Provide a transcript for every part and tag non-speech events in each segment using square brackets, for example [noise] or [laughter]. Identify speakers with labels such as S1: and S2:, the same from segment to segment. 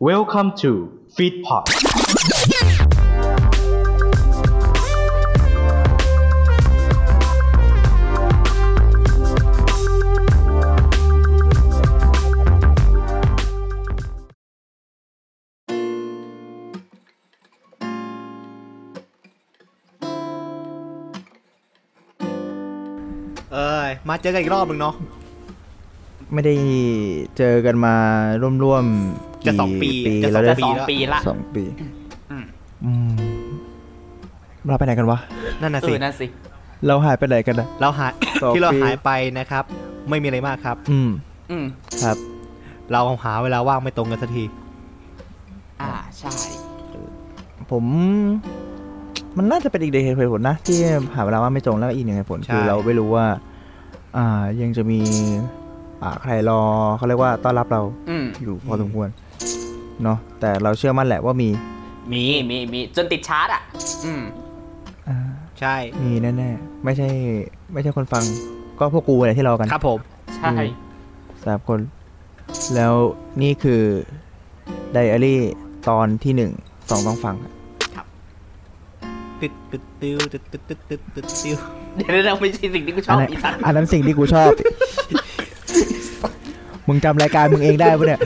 S1: Welcome to Feedpot
S2: เอ้ยมาเจอกันอีกรอบหนึ่งเนาะ
S3: ไม่ได้เจอกันมาร่วมๆ
S2: จะสองปีจะสอง
S3: แล้วเนี่ย
S4: สอง
S2: แล้ว
S4: ปีละ
S3: สองปี
S4: อืม
S3: อืมเราไปไหนกันวะ
S2: นั่นน่ะ
S4: เอ
S2: สิ
S4: อนั่นสิ
S3: เราหายไปไหนกันนะ
S2: เราหาย
S3: สอง
S2: ที่เรา
S3: ปี
S2: หายไปนะครับ ไม่มีอะไรมากครับ
S3: อืม
S4: อืม
S3: ครับ
S2: เราหาเวลาว่างไม่ตรงกันสักที
S4: อ่า ใช่
S3: ผม มันน่าจะเป็นอีกหนึ่งเหตุผลนะ ที่หาเวลาว่างไม่ตรงแล้วก็อีกหนึ่งเหตุผล
S2: ใช่
S3: คือเราไม่รู้ว่า อ่ายังจะมี อ่าใครรอเขาเรียกว่าต้อนรับเรา
S4: อืม
S3: อยู่พอสมควรเนาะแต่เราเชื่อมั่นแหละว่ามี
S4: มี มี มี จนติดชาร์จอ่ะ อืม
S3: อ่า
S2: ใช่
S3: มีแน่ๆไม่ใช่ ไม่ใช่คนฟัง ก็พวกกูอะไรที่รอกัน
S2: ครับผม
S4: ใช่
S3: อืม สามคน แล้วนี่คือไดอารี่ตอนที่หนึ่งสองต้องฟังอะ
S2: ตึ๊ดตึ๊ดติวตึ๊ดตึ๊ดตึ๊ดตึ๊ดตึ๊ดติว
S4: เดี๋ยวเราไม่ใช่สิ่งที่กูช
S3: อั
S4: อน บ
S3: นั้น
S4: อีสัตว์
S3: อันนั้นสิ่งที่กูช
S2: [laughs]
S3: อบ มึงจำรายการมึงเองได้ปะเนี่ย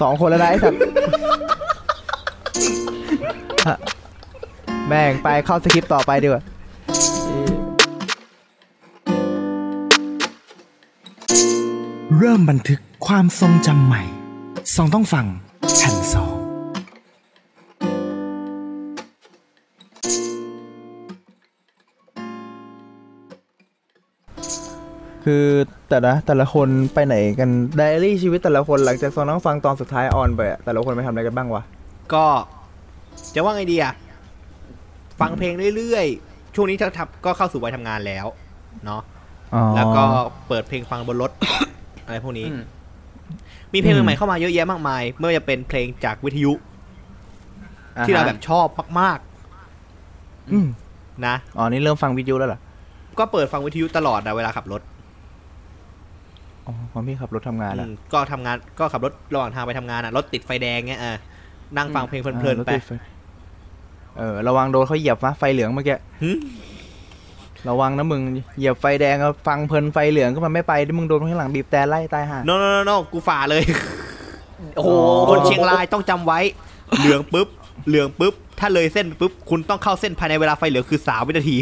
S3: สองคนแล้วนะไอ้สัตว์ฮะแม่งไปเข้าสคริปต์ต่อไปดีกว่า
S5: เริ่มบันทึกความทรงจำใหม่สองต้องฟังแผ่นสอง
S3: คือแต่ละแต่ละคนไปไหนกันไดอารี่ชีวิตแต่ละคนหลังจากสองต้องฟังตอนสุดท้ายออนไปอะแต่ละคนไปทำอะไรกันบ้างวะ
S2: ก็ จะว่าไงดีอะฟังเพลงเรื่อยๆ ช่วงนี้จะทำก็เข้าสู่วัยทำงานแล้ว เนาะ
S3: อ๋อ
S2: แล้วก็เปิดเพลงฟังบนรถ [coughs] อะไรพวกนี้
S4: อืม
S2: มีเพลง
S3: อืม
S2: ใหม่ๆเข้ามาเยอะแยะมากมาย ไม่ว่าจะเป็นเพลงจากวิทยุ
S3: อ่ฮะ
S2: ที่เราแบบชอบมาก
S3: อืม
S2: ๆนะ
S3: อ๋อ นี่เริ่มฟังวิทยุแล้วเหรอ
S2: ก็เปิดฟังวิทยุตลอดนะเวลาขับรถ
S3: อ๋อของพี่ขับรถทำงานแล้ว
S2: อืมก็ทำงานก็ขับรถระหว่างทางไปทำงานอ่ะรถติดไฟแดงเงี้ยเออนั่งฟังเพลงเพลิน
S3: อ่ารถ
S2: ๆไป
S3: ติดฟเออ ระวังโดนเขาเหยียบนะไฟเหลืองเมื่อกี้
S2: หึ
S3: ระวังนะมึง เหยียบไฟแดงอะฟังเพลินไฟเหลืองก็มันไม่ไปดิมึงโดนข้างหลังบีบแต่ไล่ตายห่า
S2: โนโนโนโนกูฝ่าเลย
S4: โอ้โห
S3: อ๋อ
S2: คนเชียงรายต้องจำไว้ เหลืองปุ๊บ เหลืองปุ๊บ ถ้าเลยเส้นไปปุ๊บ คุณต้องเข้าเส้นภายในเวลาไฟเหลืองคือสามวินาที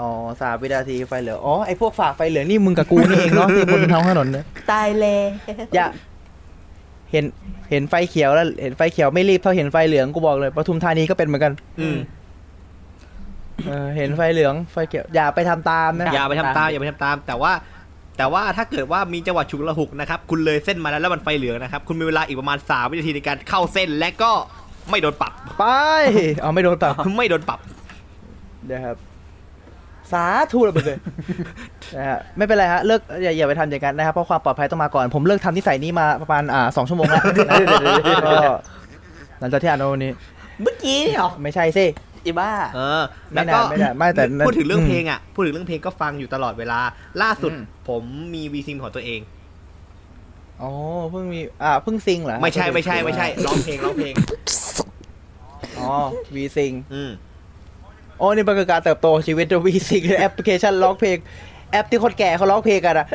S3: อ๋อสามวินาทีไฟเหลือง อ๋อ ไอพวกฝ่าไฟเหลืองนี่มึงกับกูนี่เองเนาะ ที่บนท้องถนนเนี่ย
S6: ตายเลย
S3: อย่า เห็น เห็นไฟเขียวแล้ว เห็นไฟเขียวไม่รีบเท่าเห็นไฟเหลืองกูบอกเลยปทุมธานีก็เป็นเหมือนกัน
S2: อืม
S3: เออ เห็นไฟเหลือง ไฟเขียว อย่าไปทำตามนะ
S2: อย่าไปทำตามอย่าไปทำตาม แต่ว่า แต่ว่าถ้าเกิดว่ามีจังหวะฉุกละหุกนะครับ คุณเลยเส้นมาแล้วแล้วมันไฟเหลืองนะครับ คุณมีเวลาอีกประมาณสามวินาทีในการเข้าเส้นและก็ไม่โดนปรับ
S3: ไป เอาไม่โดนเปล่า
S2: ไม่โดนปรับ
S3: นะครับสาธุระเบิดเลย นะฮะไม่เป็นไรฮะเลิกอย่าอย่าไปทำอย่างนั้นนะครับเพราะความปลอดภัยต้องมาก่อน ผมเลิกทำนิสัยนี้มาประมาณอ่าสองชั่วโมงแล้วนะก็หลังจากที่อ่านวันนี้
S4: เมื่อกี้เนี่ยเหรอ
S3: ไม่ใช่สิ
S4: อีบ้า
S2: เออ
S3: ไม่
S2: แล้วก็
S3: นานไม่นานไม่แต่นั่น
S2: พูดถึงเรื่อง
S3: อืม
S2: เพลงอ่ะพูดถึงเรื่องเพลงก็ฟังอยู่ตลอดเวลา ล่าสุด
S4: อืม
S2: ผมมีวีซิงของตัวเอง
S3: อ๋อเพิ่งมีอ่าเพิ่งซิงเหรอ
S2: ไม่ใช่ไม่ใช่ไม่ใช่ร้องเพลงร้องเพลง
S3: อ๋อวีซิง
S2: อืม
S3: โอ้นี่เป็นการเติบโตของชีวิตวีซิงแอปพลิเคชันร้องเพลงแอปที่คนแก่เขาร้องเพลงกันอะ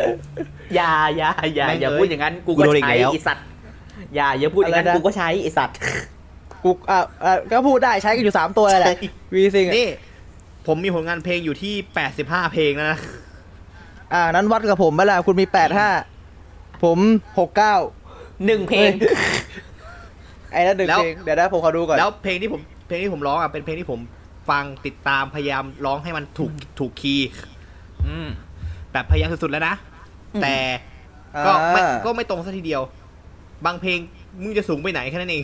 S4: อย่าอย่าอย่าอย่าพูดอย่างนั้น กูก็ใช้อีสัตว์อย่าอย่าพูดอย่างนั้น
S3: อะไรนะ
S4: กูก็ใช้อีสัตว์
S3: กูอ่าอ่าก็พูดได้ใช้กันอยู่สามตัวแหละวีซิง
S2: นี่ ผมมีผลงานเพลงอยู่ที่ 85 เพลงแล้วนะ
S3: อ่านั้นวัดกับผมเมื่อไหร่คุณมีแปดห้าผมหกเก้า
S4: หนึ่งเพลง
S3: [laughs] ไอ้นั่นหนึ่ง
S2: แล้ว
S3: เพลงเดี๋ยวนะผมขอดูก่อน
S2: แล้วเพลงที่ผมเพลงที่ผมร้องอ่ะเป็นเพลงที่ผมฟังติดตามพยายามร้องให้มันถูกถูกคีย์
S4: อืม
S2: แบบพยายามสุดๆแล้วนะ
S4: อืม
S2: แต่
S3: อ่า
S2: ก็ไม่ก็ไม่ตรงซะทีเดียว บางเพลงมึงจะสูงไปไหนแค่นั้นเอง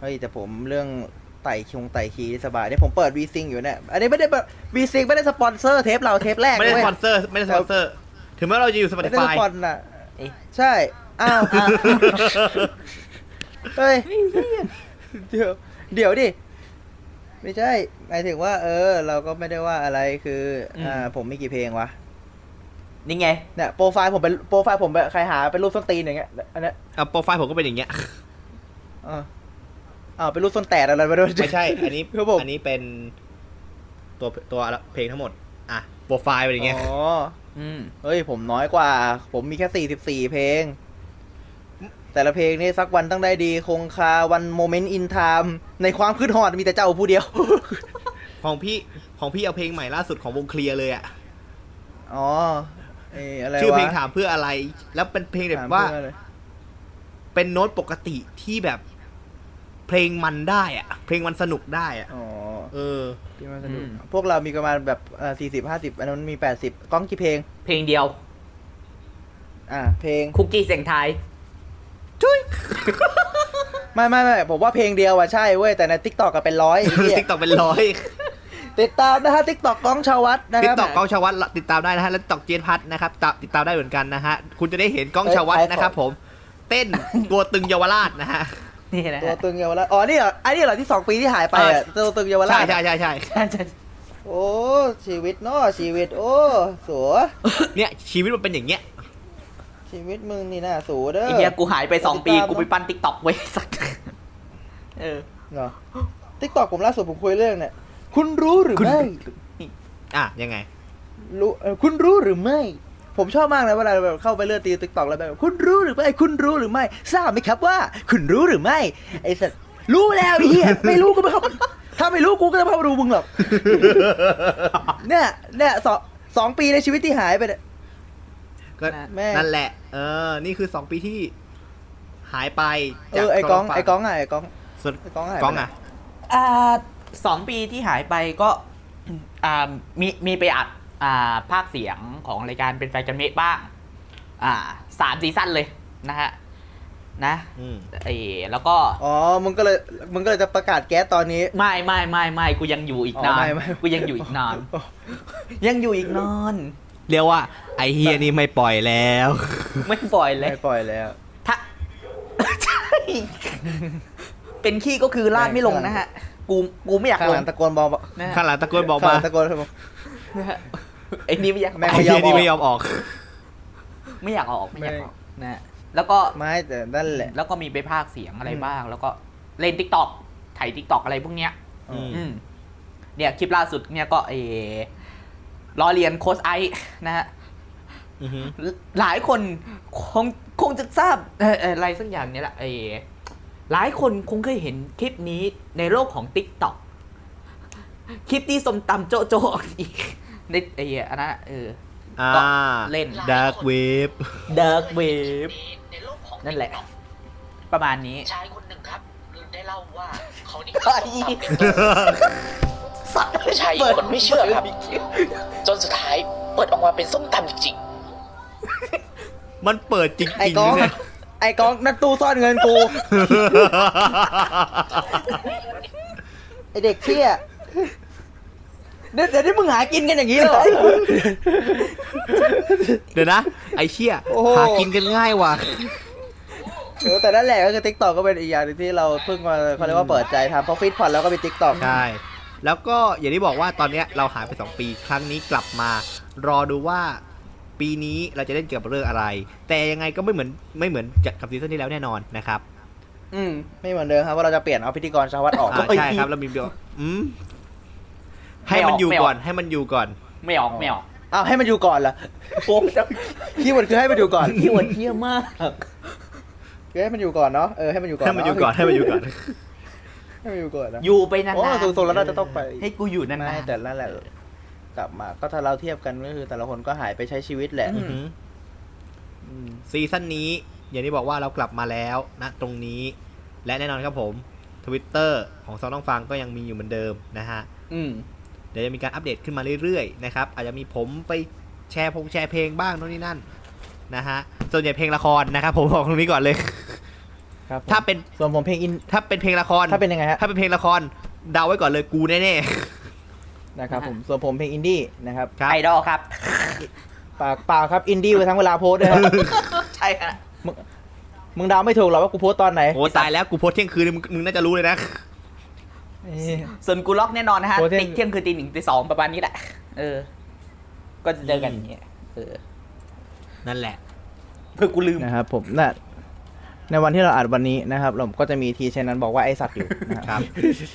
S3: เฮ้ยแต่ผมเรื่องไต่คงไต่คีย์สบายเนี่ยผมเปิดวีซิงอยู่เนี่ยอันนี้ไม่ได้วีซิงไม่ได้สปอนเซอร์เทปเราเทปแรก
S2: ไม่ได้
S3: เว้
S2: ส
S3: ย
S2: ปอนเซอร์ไม่ได้สปอนเซอร์ ถึงแม้เราจะอยู่
S3: ไม่ได้ส
S2: Spotify
S3: ปอนน่ะ
S4: เอ๊ะ
S3: ใช่อ้าวอ้าวเฮ้ยเดี๋ยวเดี๋ยวดิไม่ใช่หมายถึงว่า เออ เราก็ไม่ได้ว่าอะไรคืออ่าผมมีกี่เพลงวะ
S4: นี่ไง
S3: เนี่ยโปรไฟล์ผมเป็นโปรไฟล์ผมเป็นใครหาเป็นรูปส้นตีนอย่างเงี้ยอันเนี้ย
S2: อ่ะโปรไฟล์ผมก็เป็นอย่างเงี้ย
S3: เอออ่าเป็นรูปส้นแตดอะไรไปด้วย
S2: ไม่ใช่ อันนี้
S3: ครับผม
S2: อันนี้เป็นตัวตัวเพลงทั้งหมด อ่ะ โปรไฟล์เป็นอย่างเงี้ย
S3: อ๋อ
S4: อืม
S3: เฮ้ยผมน้อยกว่า ผมมีแค่สี่สิบสี่เพลง แต่ละเพลงนี่สักวันต้องได้ดี คงคาวันโมเมนต์อินไทม์ในความคืดหอดมีแต่เจ้าผู้เดียว [laughs]
S2: ของพี่ ของพี่เอาเพลงใหม่ล่าสุดของวงเคลียร์เลยอ่ะ
S3: อ๋อเอ้ยอะไรวะ
S2: ชื่อเพลงถามเพื่ออะไร แล้วเป็นเพลงแบ
S3: ถม
S2: บว่า
S3: เพื่ออะไร
S2: เป็นโน้ตปกติที่แบบ เพลงมันได้อ่ะ เพลงมันสนุกได้อ่ะ
S3: อ๋อ
S2: เออ
S3: ที่มันสนุก
S4: อืม
S3: พวกเรามีประมาณแบบสี่สิบห้าสิบอันนั้นมีแปดสิบกล้องกี่เพลง
S4: เพลงเดียว
S3: อ่า เพลง
S4: คุกกี้เสียงไทาย
S3: ไม่ไม่ไม่ผมว่าเพลงเดียวอะใช่เว้ย แต่ในทิกตอกก็เป็นร้อยไอ้เหี้ย
S2: ติ๊กต็อกเป็นร้อย
S3: ติดตามนะฮะทิกตอกกล้องชาววัดนะค
S2: ติ๊
S3: รั
S2: ก
S3: บ
S2: ต็อกก้องชาวัตติดตามได้นะฮะ และต็อกเจนพัทนะครับตามติดตามได้เหมือนกันนะฮะ คุณจะได้เห็นก้องชาวัต
S3: เอ้ยไปขอ
S2: นะครับผม เต้น ตัวตึงเยาวราชนะฮะ
S4: นี่นะ
S3: ตัว
S4: ฮะ
S3: ตึงเยาวราชอ๋อ นี่เหรอไอ้นี่เหรอที่สองปีที่หายไปอะตัวตึงเยาวรา
S2: ใช่
S3: ช
S2: ใช่ใช่ใช่
S3: โอ้ ชีวิตเนาะชีวิต โอ้ สัว
S2: เนี่ยชีวิตมันเป็นอย่างเงี้ย
S3: ชีวิตมึงนี่น่ะสูเด้อ
S4: ไอ้เหี้ยกูหายไปสองปี กูไปปั้นติ๊กต็อกไว้สัก เออ
S3: เนาะทิกตอกผมล่าสุดผมคุยเรื่องเนี่ย คุณรู้หรือ
S4: คุณ
S3: ไม่
S2: อ่ะ ยังไง
S3: รู้เอ่อคุณรู้หรือไม่ ผมชอบมากนะเวลาแบบเข้าไปเลื่อนตีติ๊กต็อกแล้วแบบคุณรู้หรือไม่คุณรู้หรือไม่ทราบไหมครับว่า คุณรู้หรือไม่ไอ้สัตว์รู้แล้วไอ้เหี้ยไม่รู้ก็ไม่เข้าถ้าไม่รู้กูก็จะเข้ามาดูมึงหรอก [laughs] เนี่ยเนี่ยสองสองปีในชีวิตที่หายไปเนี่ย
S2: ก็
S3: แม่
S2: นั่นแหละ เออ นี่คือสองปีที่ หายไป
S3: เอ
S2: จาก
S3: อไอ้กอง
S2: โทรศัพท์
S3: ไอ้กองอ่ะไอ้กอง
S2: ส่วน
S3: ไอ้ก้องหายไป
S2: ก้องอ่ะ
S4: อ่าสองปีที่หายไปก็ [clears throat] อ่ามีมีไปอัด อ่า ภาคเสียงของรายการเป็นแฟนกันเมฆบ้าง อ่าสามซีซั่นเลยนะฮะ นะ
S2: อืม
S4: เออแล้วก็
S3: อ๋อมึงก็เลยมึงก็เลยจะประกาศแก๊สตอนนี้
S4: ไม่ไม่ไม่ไม่กูยังอยู่อีก
S3: อ๋อ
S4: นา
S3: ไม่
S4: น
S3: ไม่
S4: กูยังอยู่อีกนาน
S3: [laughs]
S4: ยังอยู่อีกนาน
S2: เรียกว่า ไอเฮียนี่ไม่ปล่อยแล้ว
S4: ไม่ปล่อยเลย
S3: ไม่ปล่อยแล้ว
S4: ถ้า [laughs] ใช่ เป็นขี้ก็คือลาดไม่ลงนะฮะ กูกูไม่อยาก
S3: ข้าง
S4: ล
S3: หลั
S4: ง
S3: งตะโกนบอกบอก
S4: นะฮะ
S2: ข้างหลังตะโกนบอก
S3: ข้างห
S2: มา
S3: ลังตะโกนบอก
S4: นะ [laughs] ฮะไอ้นี่ไม่อยาก
S3: แม่ง
S2: ไอเฮียนี่ไม่ยอมออก
S4: ไม่อยากออกไม่อยากออกนะฮะแล้วก็
S3: ไม่แต่นั่นแหละ
S4: แล้วก็มีไปภาคเสียงอะไรบ้าง แล้วก็เล่นทิกตอกไถทิกตอกอะไรพวกเนี้ย
S2: อืม
S4: อืมเนี่ยคลิปล่าสุดเนี่ยก็เออล้อเลียนโค้ชไอซ์นะฮะ
S2: อือฮึ
S4: หลายคนคงคงจะทราบเอ่อเอ่ออะไรสักอย่างเนี่ยแหละไอ้หลายคนคงเคยเห็นคลิปนี้ในโลกของ t ิ k t o k คลิปที่สมตำโจะโจะอีกในไอ้อันนั้นอะเออ
S2: อ่า
S4: ก็เล่น
S2: ดาร์กเวฟ
S4: Dark Web
S6: Web ในโลกของ
S4: นั่นแหละ
S6: ติ๊กต็อก
S4: ประมาณนี้
S6: ชายคนหนึ่งครับได้เล่าว่าเขานี่
S4: ไอ้
S6: สัตว์ผู้ชายอีกคนไม่เชื่อครับ จนสุดท้ายเปิดออกมาเป็นส้มตำจริง
S2: มันเปิดจริงๆ
S3: ไอ้กอง
S2: เนี่ย [laughs]
S3: ไอ้กองนั่นตู้ซ่อนเงินกู ไอเด็กเที่ยเดี๋ยวเดี๋ยวนี้มึงหากินกันอย่างนี้เลย
S2: เดี๋ยวนะ ไอเชี่ย
S3: โอ้โห
S2: หากินกันง่ายว่ะ
S3: เออแต่นั่นแหละก็คือ t ิ k t o k ก็เป็นอีกอย่างหนึ่งที่เราเพิ่งมาเขาเรียกว่าเปิดใจทำเพราะฟีดพอดแล้วก็เป็น t ิ k t o k
S2: ใช่ แล้วก็อย่างที่บอกว่าตอนเนี้ยเราหายไป 2 ปีครั้งนี้กลับมา รอดูว่าปีนี้เราจะเล่นเกี่ยวกับเรื่องอะไร แต่ยังไงก็ไม่เหมือนไม่เหมือนจากกับซีซั่นที่แล้วแน่นอนนะครับ
S3: อืมไม่เหมือนเดิมครับว่าเราจะเปลี่ยนเอาพิธีกรชาววัดออก
S2: อ่าใช่ครับเรามีเดียวอืมให้มันอยู่ก่อนให้มันอยู่ก่อน
S4: ไม่ออกไม่ออก
S3: อ้าวให้มันอยู่ก่อนเหรอ
S4: โอ้จะ
S3: คีย์เวิร์ดคือให้มันอยู่ก่อน
S4: พี่วันเยี่ยมาก
S3: คือให้มันอยู่ก่อนเนาะเออให้มันอยู่ก่อน
S2: ให้มันอยู่ก่อนให้มันอยู่ก่อน
S3: ให้มันอยู่ก่อนนะ
S4: อยู่ไปนาน
S3: โอ้
S4: ๆ
S3: สูงๆแล้วเราจะต้องไป
S4: ให้กูอยู่นานๆ
S3: ไม่แต่นั่นแหละกลับมาก็ถ้าเราเทียบกันก็คือแต่ละคนก็หายไปใช้ชีวิตแหละ
S4: อื
S2: อืมซีซั่นนี้ อย่างที่บอกว่าเรากลับมาแล้วนะตรงนี้ และแน่นอนครับผม Twitter ของซองต้องฟังก็ยังมีอยู่เหมือนเดิมนะฮะ
S4: อืม
S2: เดี๋ยวจะมีการอัปเดตขึ้นมาเรื่อยๆนะครับ อาจจะมีผมไปแชร์พงแชร์เพลงบ้างโน่นนี่นั่นนะฮะ ส่วนใหญ่เพลงละครนะครับผมบอกตรงนี้ก่อนเลย [laughs]
S3: ครับผม
S2: ถ้าเป็น
S3: ส่วนผมเพลงอิน
S2: ถ้าเป็นเพลงละคร
S3: ถ้าเป็นยังไงฮะ
S2: ถ้าเป็นเพลงละครเดาไว้ก่อนเลยกูแน่
S3: นะครับ
S4: นะฮะ
S3: ผมส่วนผมเพลงอินดี้นะครับ
S2: ๆครับ
S4: ไอดอลครับ
S3: ปากเปล่าครับอินดี้ไปทั้งเวลาโพสต์ด้วยครับ
S4: ใช่ฮะ
S3: มึงเดาไม่ถูกหรอกว่ากูโพสต์ตอนไหน
S2: โอ้ตายแล้วกูโพสต์เที่ยงคืนมึงมึงน่าจะรู้เลยนะ
S3: เอ้ย
S4: ส่วนกูล็อกแน่นอนนะฮะ
S3: โอ้เที่ยง
S4: ติ๊กเที่ยงคือตีหนึ่งตีสองประมาณนี้แหละ เออ ก็จะเจอกันอย่างเงี้ยเออ
S2: นั่นแหละ
S4: เพื่อกูลืม
S3: นะครับผมน่ะในวันที่เราอัดวันนี้นะครับ เราก็จะมีทีเช่นนั้นบอกว่าไอสัตว์อยู่นะ
S2: ค
S3: ค
S2: รั
S3: รับ บ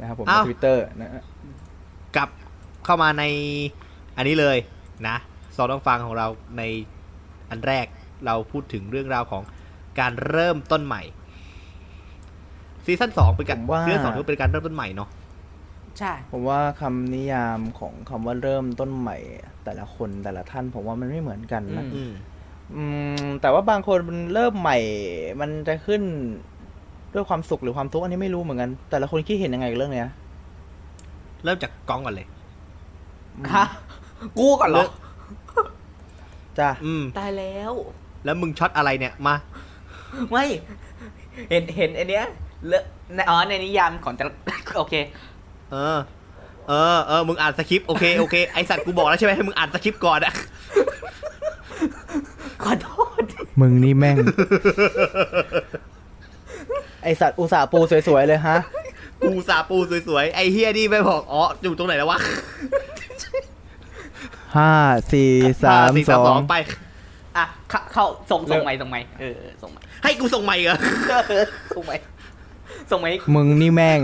S3: นะครับผม
S2: อ้าว
S3: ทวิตเตอร์นะฮะ
S2: กลับเข้ามาในอันนี้เลยนะซองต้องฟังของเราในอันแรกเราพูดถึงเรื่องราวของการเริ่มต้นใหม่ซีซั่นสองเป็นการซีซั่นสองถือเป็นการเริ่มต้นใหม่เนาะ
S4: ใช่
S3: ผมว่าคำนิยามของคำว่าเริ่มต้นใหม่ แต่ละคนแต่ละท่าน ผมว่ามันไม่เหมือนกันนะ
S2: อื
S4: อื
S2: ม
S3: อืมแต่ว่าบางคนมันเริ่มใหม่ มันจะขึ้นด้วยความสุขหรือความทุกข์อันนี้ไม่รู้เหมือนกัน แต่ละคนคิดเห็นยังไงกับเรื่องเนี้ย
S2: เริ่มจากกองก่อนเลย
S4: ฮะกูก่อนเหรอ
S3: จ้ะ
S2: อืม
S4: ตายแล้ว
S2: แล้วมึงช็อตอะไรเนี่ยมา
S4: ไม่ เห็นเห็นไอันเนี้ยเลอะในอ๋อในนิยามของแต่ละ [laughs] โอเค
S2: เออ เออเออมึงอ่านสคริปต์โอเคโอเคไอสัตว์กูบอกแล้วใช่ไหมให้มึงอ่านสคริปต์ก่อนอะ
S4: ขอโทษ
S5: มึงนี่แม่ง
S3: [laughs] ไอสัตว์อุตส่าห์ปูสวยๆเลยฮะ
S2: กูสาปูสวยๆไอเฮียนี่ไม่บอกอ๋ออยู่ตรงไหนแล้ววะ
S3: ห้าสี่สาม
S2: สี่
S3: สอง
S2: ไป
S4: อ่ะ เข้าเข้าส่ง
S3: เลิ
S4: ส่ง
S3: ก
S4: ไหมส่งไหมเออ ส่งไหม
S2: ให้กูส่งใหม่เหรอ
S4: เออ [laughs] ส่งไหมส่งไหม
S3: มึงนี่แม่ง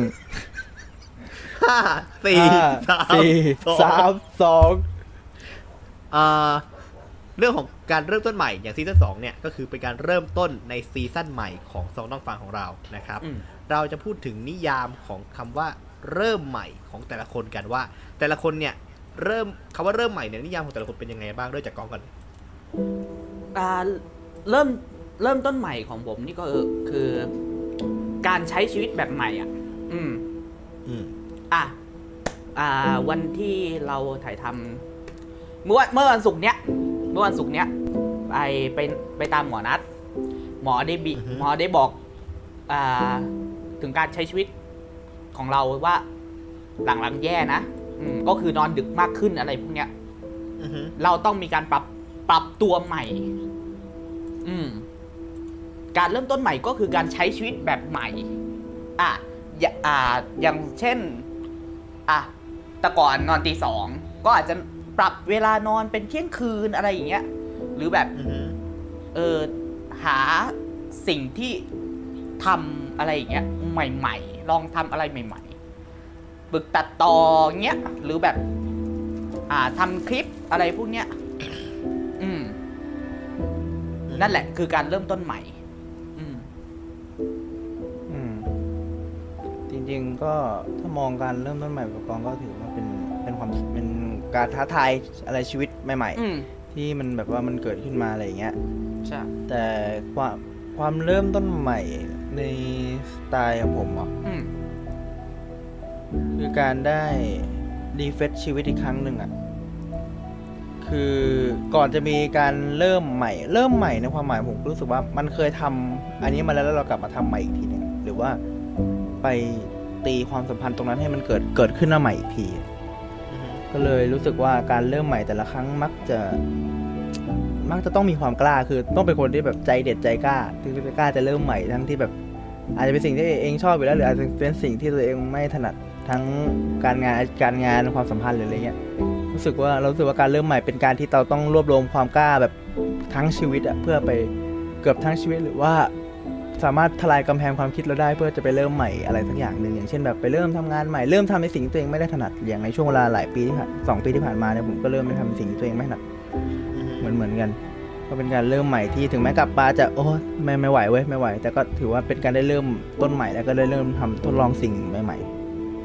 S2: ห้าสี่
S3: ห้า
S2: สาม
S3: สี่
S2: สา
S3: สาม มสอง
S2: เอ่อเรื่องของการเริ่มต้นใหม่อย่างซีซั่นสองเนี่ยก็คือเป็นการเริ่มต้นในซีซั่นใหม่ของซองต้องฟังของเรานะครับ
S4: อืม
S2: เราจะพูดถึงนิยามของคำว่าเริ่มใหม่ของแต่ละคนกันว่า แต่ละคนเนี่ยเริ่มคำว่าเริ่มใหม่เนี่ยนิยามของแต่ละคนเป็นยังไงบ้างเริ่มจากกองก่อน
S4: อ่าเริ่มเริ่มต้นใหม่ของผมนี่ก็เออคือการใช้ชีวิตแบบใหม่อ่ะ อืม
S2: อืม
S4: อ่ะ อ่า วันที่เราถ่ายทำเมื่อวันเมื่อวันศุกร์เนี้ย เมื่อวันศุกร์เนี้ย ไปไปไปตามหมอนัด หมอได้บิ
S2: อือฮึ
S4: หมอได้บอก อ่า ถึงการใช้ชีวิตของเราว่า หลังๆแย่นะอืมก็คือนอนดึกมากขึ้นอะไรพวกเนี้ย
S2: อือฮึ
S4: เราต้องมีการปรับปรับตัวใหม่ อืม การเริ่มต้นใหม่ก็คือการใช้ชีวิตแบบใหม่ อ่ะอย่าอ่า อย่างเช่น อ่ะ แต่ก่อนนอนตีสอง ก็อาจจะปรับเวลานอนเป็นเที่ยงคืนอะไรอย่างเงี้ย หรือแบบ
S2: อือฮึ
S4: เออ หาสิ่งที่ทำอะไรอย่างเงี้ย ใหม่ๆ ลองทำอะไรใหม่ๆ บึกตัดต่อเงี้ย หรือแบบ อ่าทำคลิปอะไรพวกเนี้ย อืม นั่นแหละ คือการเริ่มต้นใหม่ อืม
S3: อืมจริงๆก็ถ้ามองการเริ่มต้นใหม่ประกองก็ถือว่าเป็นเป็นความเป็นการท้าทายอะไรชีวิตใหม่
S4: อืม
S3: ๆ ที่มันแบบว่ามันเกิดขึ้นมาอะไรอย่างเงี้ย
S4: ใช่
S3: แต่ความความเริ่มต้นใหม่ในสไตล์ของผมอ่ะ
S4: อืม
S3: คือการได้รีเฟชชีวิตอีกครั้งหนึ่งอ่ะคือก่อนจะมีการเริ่มใหม่ เริ่มใหม่ในความหมายผมรู้สึกว่ามันเคยทำอันนี้มาแล้วแล้วเรากลับมาทำใหม่อีกทีหนึงหรือว่าไปตีความสัมพันธ์ตรงนั้นให้มันเกิดเกิดขึ้นมาใหม่อีกที
S2: อือฮึ
S3: ก็เลยรู้สึกว่าการเริ่มใหม่แต่ละครั้งมักจะ มักจะต้องมีความกล้าคือต้องเป็นคนที่แบบใจเด็ดใจกล้าถึงจะกล้าจะเริ่มใหม่ทั้งที่แบบ อาจจะเป็นสิ่งที่เองชอบอยู่แล้วหรืออาจจะเป็นสิ่งที่ตัวเองไม่ถนัดทั้งการงานการงานความสัมพันธ์หรืออะไรเงี้ยรู้สึกว่าเรารู้สึกว่าการเริ่มใหม่เป็นการที่เราต้องรวบรวมความกล้าแบบทั้งชีวิตอะเพื่อไปเกือบทั้งชีวิตหรือว่า สามารถทลายกำแพงความคิดเราได้เพื่อจะไปเริ่มใหม่อะไรสักอย่างหนึ่งอย่างเช่นแบบไปเริ่มทำงานใหม่เริ่มทำในสิ่งที่ตัวเองไม่ได้ถนัดอย่างในช่วงเวลาหลายปีที่ผ่านสองปีที่ผ่านมาเนี่ยผมก็เริ่มได้ทำสิ่งที่ตัวเองไม่ถนัด
S2: อือฮึ
S3: เหมือนเหมือนกัน ก็เป็นการเริ่มใหม่ที่ถึงแม้กลับมาจะโอ้ไม่ไม่ไหวเว้ยไม่ไหว แต่ก็ถือว่าเป็นการได้เริ่มต้นใหม่แล้วก็ได้เริ่มทำทดลองสิ่งใหม่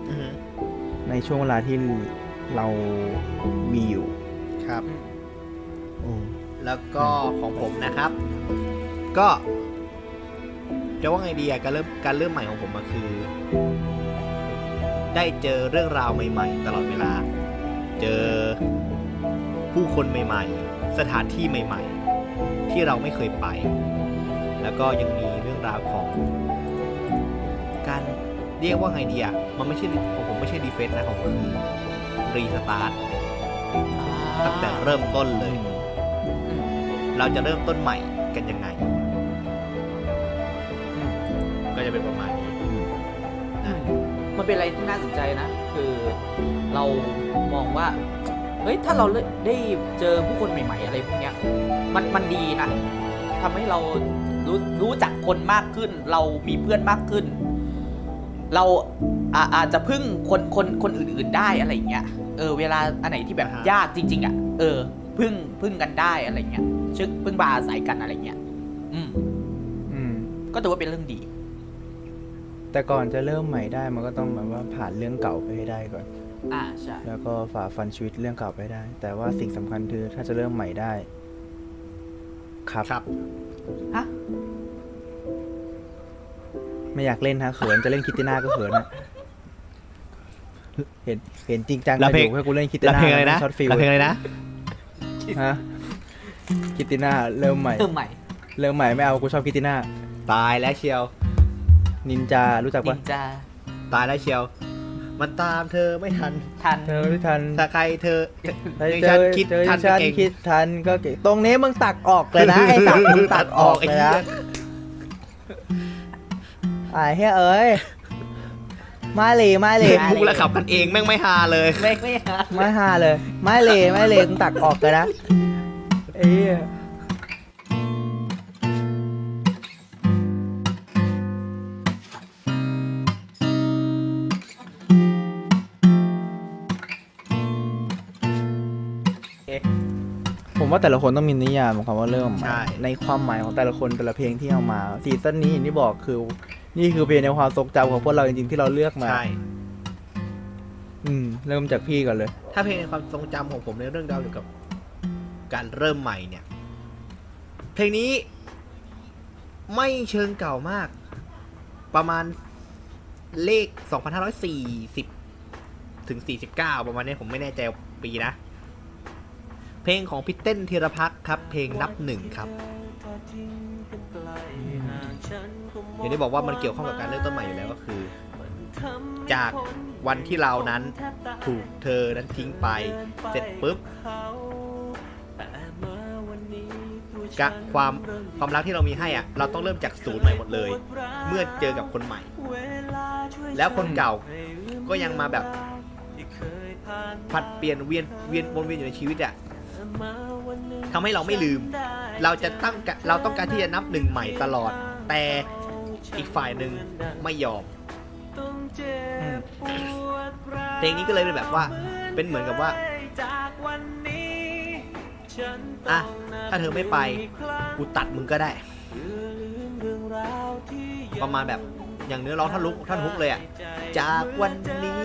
S2: อือฮึ
S3: ๆ ในช่วงเวลาที่เรามีอยู่
S2: ครับ
S3: โอ้
S2: แล้วก็ของผมนะครับ ก็จะว่าไงดีอะการเริ่มการเริ่มใหม่ของผมมันคือ ได้เจอเรื่องราวใหม่ ๆ ตลอดเวลา เจอผู้คนใหม่ ๆ สถานที่ใหม่ ๆ ที่เราไม่เคยไป แล้วก็ยังมีเรื่องราวของ การเรียกว่าไงดีอะมันไม่ใช่ของผมไม่ใช่ดีเฟนต์นะของผมคือรีสตาร์ทตั้งแต่เริ่มต้นเลย เราจะเริ่มต้นใหม่กันยังไง ก็จะเป็นประมาณนี้
S4: มันเป็นอะไรที่น่าสนใจนะ คือเรามองว่า เอ ฮ้ยถ้าเราได้เจอผู้คนใหม่ ๆ อะไรพวกเนี้ยมันมันดีนะทำให้เรารู้รู้จักคนมากขึ้น เรามีเพื่อนมากขึ้น เราอาอาจจะพึ่งคนคนคนอื่น ๆได้อะไรอย่างเงี้ยเออเวลาอันไหนที่แบบ
S2: อ่าฮะ
S4: ยากจริง ๆ อ่ะ เออ พึ่งพึ่งกันได้อะไรอย่างเงี้ยชึกพึ่งบาอาศัยกันอะไรอย่างเงี้ยอืม
S3: อืม
S4: ก็ถือว่าเป็นเรื่องดี
S3: แต่ก่อนจะเริ่มใหม่ได้มันก็ต้องแบบว่าผ่านเรื่องเก่าไปให้ได้ก่อน
S4: อ่าใช่
S3: แล้วก็ฝ่าฟันชีวิตเรื่องเก่าไปให้ได้ แต่ว่าสิ่งสำคัญคือถ้าจะเริ่มใหม่ได้ ครับ
S2: ครับ
S4: ฮะ
S3: ไม่อยากเล่นฮะเขินจะเล่นคิตติน่าก็เขินฮะเห็นเห็นจริงจัง
S2: แล้วเพลง
S3: อยู่ให้กูเล่นคิตติ
S2: แล้ว
S3: น่า
S2: เพลงอะไรนะ
S3: ช็อตฟิล
S2: แล้วเพลงอะไรนะ
S3: ฮะคิตติน่าเริ่มใหม่
S4: เริ่มใหม่
S3: เริ่มใหม่ไม่เอากูชอบคิตติน่า
S2: ตายแล้วเชียว
S3: นินจารู้จัก
S4: นิ
S3: ปะ
S4: นจา
S2: ตายแล้วเชียว มันตามเธอไม่ทัน
S4: ทัน
S3: เธอไม่ทัน
S2: ถ้าใครเธอ
S3: เจอ
S2: ใน
S3: เจ
S2: ฉัน
S3: อ
S2: คิดทัน
S3: ฉัน
S2: เก่ง
S3: คิดทันก็เก่งตรงนี้มึงตักออกเลย
S2: [laughs]
S3: นะไอ้สัตว์มึงตักออกเลยนะไอ้เฮ้ยเอ้ยไม่เลยไม่เล
S2: เล่
S3: ย
S2: นมุกแล้วขับกันเองแม่งไม่ฮาเลย
S4: ไม่ไม่ฮะ
S3: ไม่ฮาเลย ไม่เลยไม่เลยมึงตักออกเลยนะไอ้เหี้ยผมว่าแต่ละคนต้องมีนิยามของคำว่าเริ่ม
S2: ใช่
S3: ในความหมายของแต่ละคนแต่ละเพลงที่เอามาซีซั่นนี้อย่างที่บอกคือ นี่คือเพลงในความทรงจำของพวกเราจริงๆที่เราเลือกมา
S2: ใช่
S3: อืมเริ่มจากพี่ก่อนเลย
S2: ถ้าเพลงในความทรงจำของผมในเรื่องราวเกี่ยวกับ การเริ่มใหม่เนี่ย เพลงนี้ไม่เชิงเก่ามาก ประมาณเลข 2540 ถึง 49 ประมาณเนี้ยผมไม่แน่ใจปีนะ เพลงของพิเต้นธีรพักษ์ครับ เพลงนับหนึ่งครับ อย่างที่บอกว่ามันเกี่ยวข้องกับการเริ่มต้นใหม่อยู่แล้วก็คือ จากวันที่เรานั้นถูกเธอนั้นทิ้งไป เสร็จปุ๊บกะความความรักที่เรามีให้อ่ะ เราต้องเริ่มจากศูนย์ใหม่หมดเลย เมื่อเจอกับคนใหม่ แล้วคนเก่าก็ยังมาแบบผลัดเปลี่ยนเวียนเวียนวนเวียนอยู่ในชีวิตอ่ะทำให้เราไม่ลืม เราจะตั้งกะเราต้องการที่จะนับหนึ่งใหม่ตลอด แต่อีกฝ่ายหนึ่งไม่ยอม เพลงนี้ก็เลยเป็นแบบว่า เป็นเหมือนกับว่าอ่ะถ้าเธอไม่ไป กูตัดมึงก็ได้ ประมาณแบบอย่างเนื้อร้องท่านลุกท่านฮุกเลยอ่ะ จากวันนี้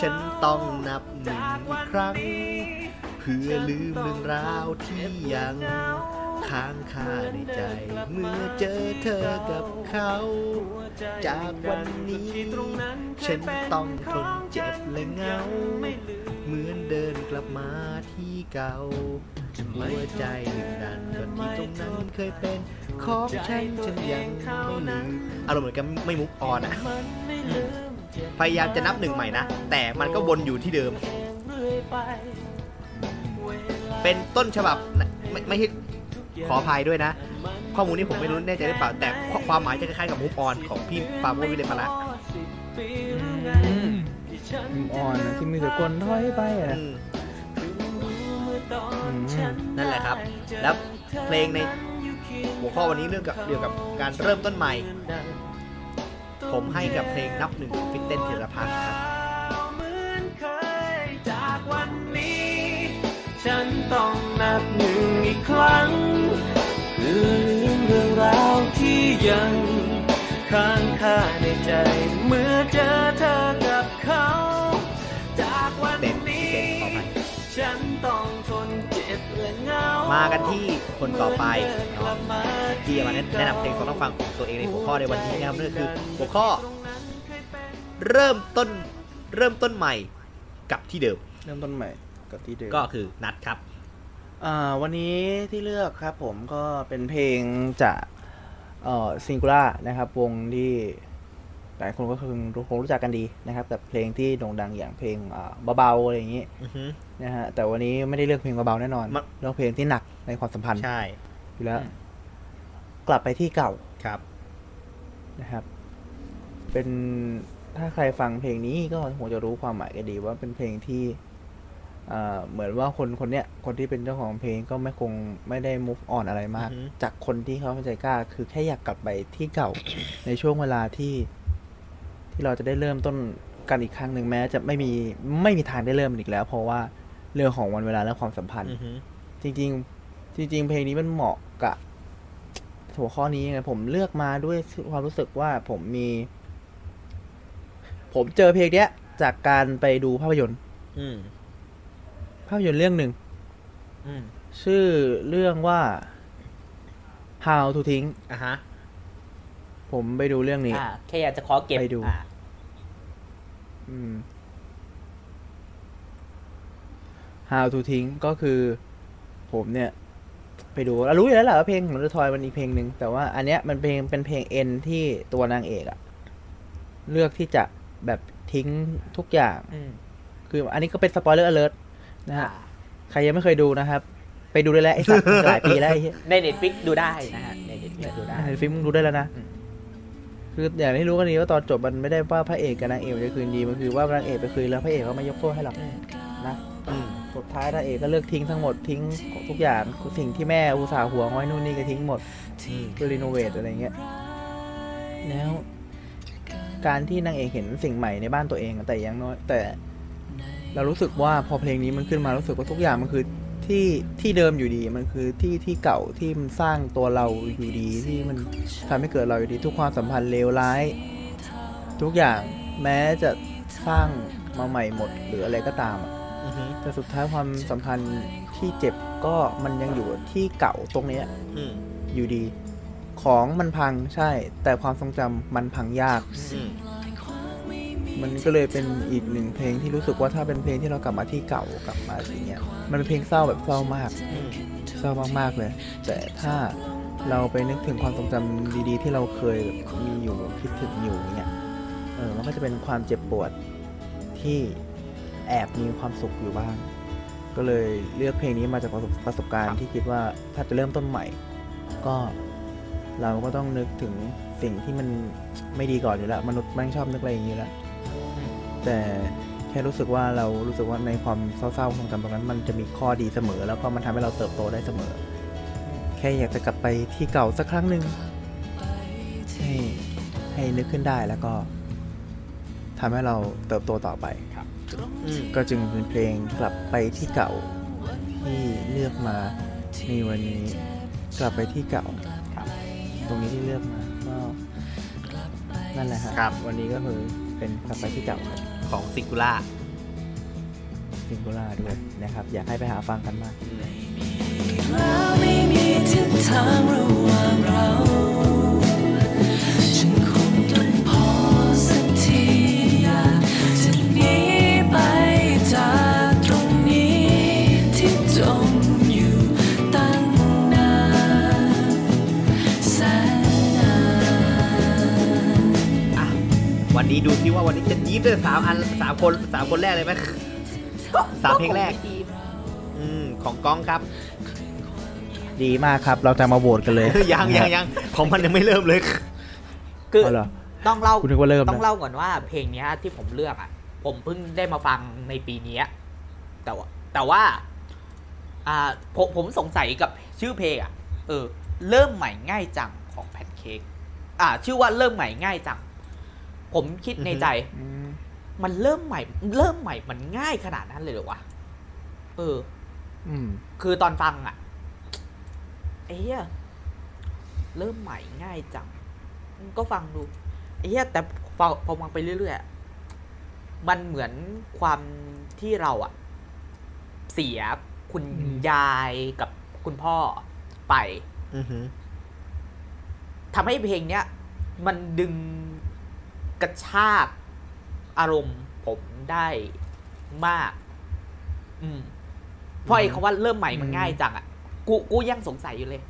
S2: ฉันต้องนับหนึ่งอีกครั้ง เพื่อลืมเรื่องราวที่ยังค้างคาในใจ เมื่อเจอเธอกับเขา จากวันนี้ฉันต้องทนเจ็บและเหงา เหมือนเดินกลับมาที่เก่าหัวใจหนึ่งดันก่อนที่ตรงนั้นเคยเป็นของฉันฉันยังไม่ลืมอารมณ์เหมือนกับไม่มุกออนอะพยายามจะนับหนึ่งใหม่นะ แต่มันก็วนอยู่ที่เดิม เป็นต้นฉบับนะไม่ไม่ใช่ขออภัยด้วยนะ ข้อมูลนี้ผมไม่รู้แน่ใจหรือเปล่า แต่ข้อความหมายจะคล้ายๆกับมุกออนของพี่ปราโมทวิเลมาละ
S3: มุมออนนะที่มีแต่คนถอยไปอะนะ
S2: อืม
S3: อืม
S2: นั่นแหละครับ แล้วเพลงในหัวข้อวันนี้เรื่องกับเกี่ยวกับการเริ่มต้นใหม่ ผมให้กับเพลงนับหนึ่งของฟิตเต้นธีรพัฒน์ครับ
S7: ฉันต้องนับหนึ่งอีกครั้งเพื่อลืมเรื่องราวที่ยังค้างคาในใจ เมื่อเจอเธอกับเขา จากวัน
S2: เต้นเต้
S7: นี้
S2: นขออภัย
S7: ฉันต้องทนเจ็บและเหงา
S2: มา
S7: มา
S2: กันที่คนต่อไป
S7: กลั
S2: เนาะ
S7: บมา
S2: ที่จะมาแนะแนะนำเพลงสองต้องฟังของตัวเองในหัวข้อในวันนี้นะครับนั่นก็คือหัวข้อ เริ่มต้นเริ่มต้นใหม่กับที่เดิม
S3: เริ่มต้นใหม่กับที่เดิม
S2: ก็คือนัดครับ
S3: อ่าวันนี้ที่เลือกครับผมก็เป็นเพลงจากเอ่อซิงคูล่านะครับ วงที่หลายคนก็คงรู้คงรู้จักกันดีนะครับกับเพลงที่โด่งดังอย่างเพลงอ่าเบาๆอะไรอย่างนี้นะฮะแต่วันนี้ไม่ได้เลือกเพลงเบาๆแน่นอน
S2: มัน
S3: เลือกเพลงที่หนักในความสัมพันธ์
S2: ใช่
S3: อยู่แล้ว กลับไปที่เก่า
S2: ครับ
S3: นะครับ เป็นถ้าใครฟังเพลงนี้ก็คงจะรู้ความหมายกันดีว่าเป็นเพลงที่ อ่าเหมือนว่าคนคนเนี้ยคนที่เป็นเจ้าของเพลงก็ไม่คงไม่ได้ move on อะไรมาก
S2: อือฮึ
S3: จากคนที่เขาเป็นใจกล้า คือแค่อยากกลับไปที่เก่า ในช่วงเวลาที่ ที่เราจะได้เริ่มต้นกันอีกครั้งหนึ่งแม้ จะไม่มีไม่มีทางได้เริ่มอีกแล้ว เพราะว่าเรื่องของวันเวลาและความสัมพันธ์
S2: อือฮึ
S3: จริงๆ จริง ๆ เพลงนี้มันเหมาะกับหัวข้อนี้ยังไงผมเลือกมาด้วยความรู้สึกว่าผมมี ผมเจอเพลงเนี้ย จากการไปดูภาพยนตร์
S2: อืม
S3: ภาพยนตร์เรื่องหนึ่ง
S2: อืม
S3: ชื่อเรื่องว่า How to Think
S2: อ่ะฮะ
S3: ผมไปดูเรื่องนี้
S4: อ่าแค่อยากจะขอเก็บ
S3: ไปดู
S4: อ่า
S3: อืม How to Think ก็คือ ผมเนี่ย ไปดูแล้วรู้อยู่แล้วแหละว่าเพลงของเดอะทอยมันอีกเพลงหนึ่งแต่ว่าอันเนี้ยมันเพลงเป็นเพลงเอ็นที่ตัวนางเอกอะเลือกที่จะแบบทิ้งทุกอย่าง
S4: อืม
S3: คือ อันนี้ก็เป็นสปอยเลอร์ alert นะฮะ
S4: อ่า
S3: ใครยังไม่เคยดูนะครับ ไปดูได้แล้วไอ้สัตว์หลายปีแล้วไอ้เหี้ย
S4: ในเน็ตฟิกดูได้นะฮะในเน็ตฟิกดูได้
S3: ในฟิล์มมึงรู้ได้แล้วนะ คืออย่างที่รู้กันดีว่าตอนจบมันไม่ได้ว่าพระเอกกับนางเอกมันจะคืนดี มันคือว่านางเอกไปคืนแล้วพระเอกเขาไม่ยกโทษให้หรอกนะสุดท้ายนางเอกก็เลิกทิ้งทั้งหมดทิ้งทุกอย่างสิ่งที่แม่อุตส่าห์หวงไว้นู่นนี่ก็ทิ้งหมดคือรีโนเวทอะไรเงี้ย แล้ว การที่นางเอกเห็นสิ่งใหม่ในบ้านตัวเองแต่อยังน้อย แต่ เรารู้สึกว่าพอเพลงนี้มันขึ้นมารู้สึกว่าทุกอย่างมันคือที่ที่เดิมอยู่ดี มันคือที่ที่เก่าที่มันสร้างตัวเราอยู่ดีที่มันทำให้เกิดเราอยู่ดี ทุกความสัมพันธ์เลวร้าย ทุกอย่างแม้จะสร้างมาใหม่หมดหรืออะไรก็ตามอะ
S2: อือฮึ
S3: แต่สุดท้ายความสัมพันธ์ที่เจ็บก็มันยังอยู่ที่เก่าตรงเนี้ย
S2: อืม
S3: อยู่ดี ของมันพังใช่ แต่ความทรงจำมันพังยาก
S2: อืม
S3: มันก็เลยเป็นอีกหนึ่งเพลงที่รู้สึกว่าถ้าเป็นเพลงที่เรากลับมาที่เก่ากลับมาอย่างเงี้ยมันเป็นเพลงเศร้าแบบเศร้ามาก
S2: อืม
S3: เศร้ามากๆเลย แต่ถ้าเราไปนึกถึงความทรงจำดีๆ ที่เราเคยมีอยู่คิดถึงอยู่เนี่ยเออมันก็จะเป็นความเจ็บปวดที่แอบมีความสุขอยู่บ้าง ก็เลยเลือกเพลงนี้มาจากประสบประสบการณ์ที่คิดว่าถ้าจะเริ่มต้นใหม่ ก็เราก็ต้องนึกถึงสิ่งที่มันไม่ดีก่อนอยู่แล้ว มนุษย์แม่งชอบนึกอะไรอย่างนี้อยู่แล้ว แต่แค่รู้สึกว่าเรารู้สึกว่าในความเศร้าๆของจำตรงนั้นมันจะมีข้อดีเสมอ แล้วก็มันทำให้เราเติบโตได้เสมอ แค่อยากจะกลับไปที่เก่าสักครั้งหนึ่งให้ให้นึกขึ้นได้แล้วก็ทำให้เราเติบโตต่อไป
S2: อืม
S3: ก็จึงเป็นเพลงกลับไปที่เก่าที่เลือกมาในวันนี้กลับไปที่เก่าครับตรงนี้ที่เลือกมาก็นั่นแหละครับวันนี้ก็คือเป็นกลับไปที่เก่าครับ
S2: ของซิงคูล่า
S3: ซิงคูล่าด้วยนะครับ อยากให้ไปหาฟังกันมาก
S8: แล้วไม่มีทิศทางระหว่างเรา ฉันคงต้องพอสักทีอยากจะหนีไปจากตรงนี้ที่จมอยู่ตั้งนานแสนนาน
S2: อ่ะวันนี้ดูที่ว่าวันนี้จะยีบเลยสามอันสามคนสามคนแรกเลยไหม สามเพลงแรก อืมของก้องครับ [laughs]
S3: ดีมากครับ เราจะมาโหวตกันเลย
S2: ยังยังยังของมันยังไม่เริ่มเลย
S4: คือ
S3: เอาเหรอ
S4: ต้องเล่า
S3: คุณนึกว่าเริ่มนะ
S4: ต้องเล่าก่อนว่าเพลงเนี้ยที่ผมเลือกอ่ะ ผมเพิ่งได้มาฟังในปีเนี้ยแต่ว่าแต่ว่า อ่าผมผมสงสัยกับชื่อเพลงอ่ะ เออ เริ่มใหม่ง่ายจังของแพนเค้กอ่า ชื่อว่าเริ่มใหม่ง่ายจัง ผมคิดในใจ
S3: อืม
S4: มันเริ่มใหม่ เริ่มใหม่มันง่ายขนาดนั้นเลยเหรอวะเออ
S3: อืม
S4: คือตอนฟังอ่ะไอ้เหี้ยเริ่มใหม่ง่ายจังก็ฟังดูไอ้เหี้ยแต่ฟังพอฟังไปเรื่อยๆอะมันเหมือนความที่เราอ่ะ เสียคุณยายกับคุณพ่อไป
S2: อือฮึ
S4: ทำให้เพลงเนี้ย มันดึงกระชากอารมณ์ผมได้มาก อืม เพราะไอ้คำว่าเริ่มใหม่มันง่ายจังอ่ะ กูกูยังสงสัยอยู่เลย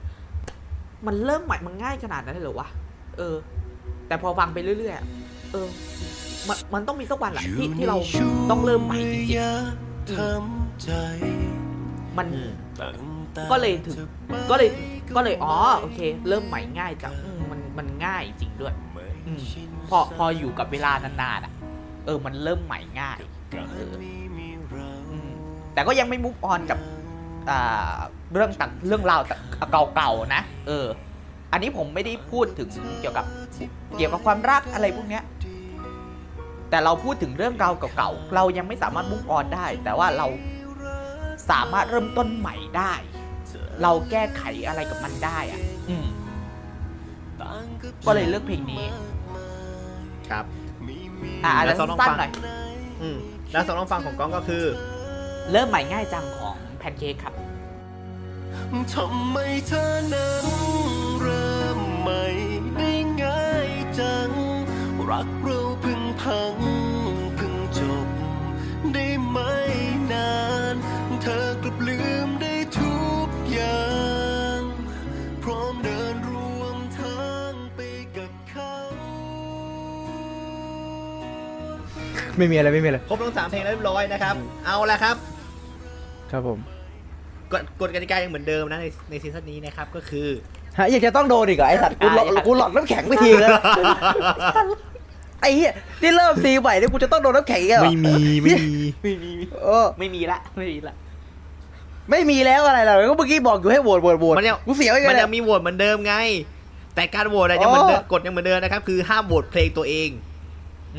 S4: มันเริ่มใหม่มันง่ายขนาดนั้นเลยเหรอวะ เออ แต่พอฟังไปเรื่อยๆอะเออ มันมันต้องมีสักวันแหละที่ที่เราต้องเริ่มใหม่จริงๆ มัน
S2: อืม
S4: ก็เลยถึงก็เลยก็เลยอ๋อโอเค เริ่มใหม่ง่ายจังอืมมันมันง่ายจริงด้วยอืมพอพออยู่กับเวลานานๆอ่ะ เออ มันเริ่มใหม่ง่ายเอออืม แต่ก็ยังไม่มุกออนกับอ่าเรื่องต่างเรื่องราวต่างเก่าๆนะ เออ อันนี้ผมไม่ได้พูดถึงเกี่ยวกับเกี่ยวกับความรักอะไรพวกเนี้ย แต่เราพูดถึงเรื่องราวเก่าๆ เรายังไม่สามารถมุกออนได้ แต่ว่าเราสามารถเริ่มต้นใหม่ได้ เราแก้ไขอะไรกับมันได้อะอืมก็เลยเลือกเพลงนี้
S2: ครับ
S4: อ่าอาจ
S2: แล้
S4: จะ
S2: วซ้อมลองฟั
S4: สั้น
S2: ง
S4: ๆหน่อย
S2: อืมแล้วสองน้องฟังของก้องก็คือ
S4: เริ่มใหม่ง่ายจังของแพนเค้กครับ
S7: ทำไมเธอนั้นเริ่มใหม่ได้ง่ายจัง รักเราเพึ่งพังเพึ่งจบ ได้ไหมนาน เธอกลับลืมได้ทุกอย่าง พร้อมเดินรวมทางไปกับเขา
S3: ไม่มีอะไรไม่มีอะไร
S2: ครบทั้งสามเพลงแล้วเรียบร้อยนะครับ เอาละครับ
S3: ครับผม
S2: กฎกฎกติกายังเหมือนเดิมนะในในซีซั่นนี้นะครับก็คือ
S3: ฮะอยากจะต้องโดนอีกเหรอไอสัตว์กูหลอก
S4: อ่า
S3: กูหลอกน้ำแข็งไปทีแล้วไอ้เหี้ยที่เริ่มซีใหม่เนี่ยกูจะต้องโดนน้ำแข็งอีกแล้วเหรอ
S5: ไม่มีไม่มี
S4: ไม่มี
S3: เออ
S4: ไม่มีละไม่มีละ
S3: ไม่มีแล้วอะไรแล้วก็เมื่อกี้บอกอยู่ให้โหวตโหวตโหวต
S2: มันยัง
S3: กูเสียวอีก
S2: มัน
S3: แล้
S2: ยั
S3: ว
S2: งมีโหวตเหมือนเดิมไง แต่การโหวตอะยังเหมือนเดิม
S3: อ๋อ
S2: กฎยังเหมือนเดิมนะครับ คือห้ามโหวตเพลงตัวเอง